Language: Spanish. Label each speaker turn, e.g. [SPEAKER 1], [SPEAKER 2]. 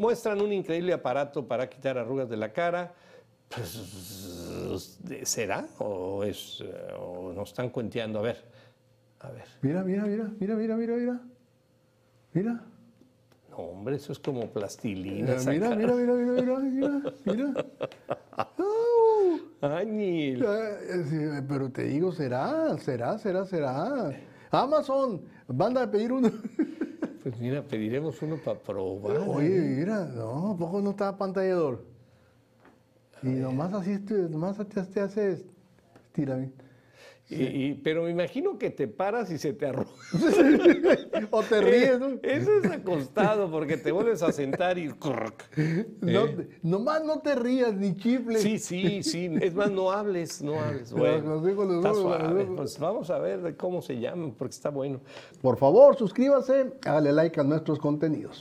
[SPEAKER 1] Muestran un increíble aparato para quitar arrugas de la cara. Pues, ¿Será? ¿O, es, o nos están cuenteando? A ver, a ver.
[SPEAKER 2] Mira, mira, mira, mira, mira, mira, mira. Mira.
[SPEAKER 1] No, hombre, eso es como plastilina.
[SPEAKER 2] Mira, Eh, mira,
[SPEAKER 1] sacar-
[SPEAKER 2] mira, mira, mira, mira, mira.
[SPEAKER 1] Áñil.
[SPEAKER 2] Eh, sí, Pero te digo, será, será, será, será. Amazon, van a pedir uno.
[SPEAKER 1] Pues mira, pediremos uno para probar.
[SPEAKER 2] Oye, mira, no, ¿a poco no está pantallador. Y nomás así, estu- nomás te, te haces, tira
[SPEAKER 1] Y- y- pero me imagino que te paras y se te arruga.
[SPEAKER 2] O te ríes, ¿no?
[SPEAKER 1] Eso es acostado, porque te vuelves a sentar y.
[SPEAKER 2] No, nomás no te rías ni chifles.
[SPEAKER 1] Sí, sí, sí. Es más, no hables, no hables.
[SPEAKER 2] Los-
[SPEAKER 1] Bueno,
[SPEAKER 2] los digo, los
[SPEAKER 1] está
[SPEAKER 2] digo, los
[SPEAKER 1] suave.
[SPEAKER 2] digo.
[SPEAKER 1] Pues vamos a ver de cómo se llaman, porque está bueno.
[SPEAKER 2] Por favor, suscríbase, hágale like a nuestros contenidos.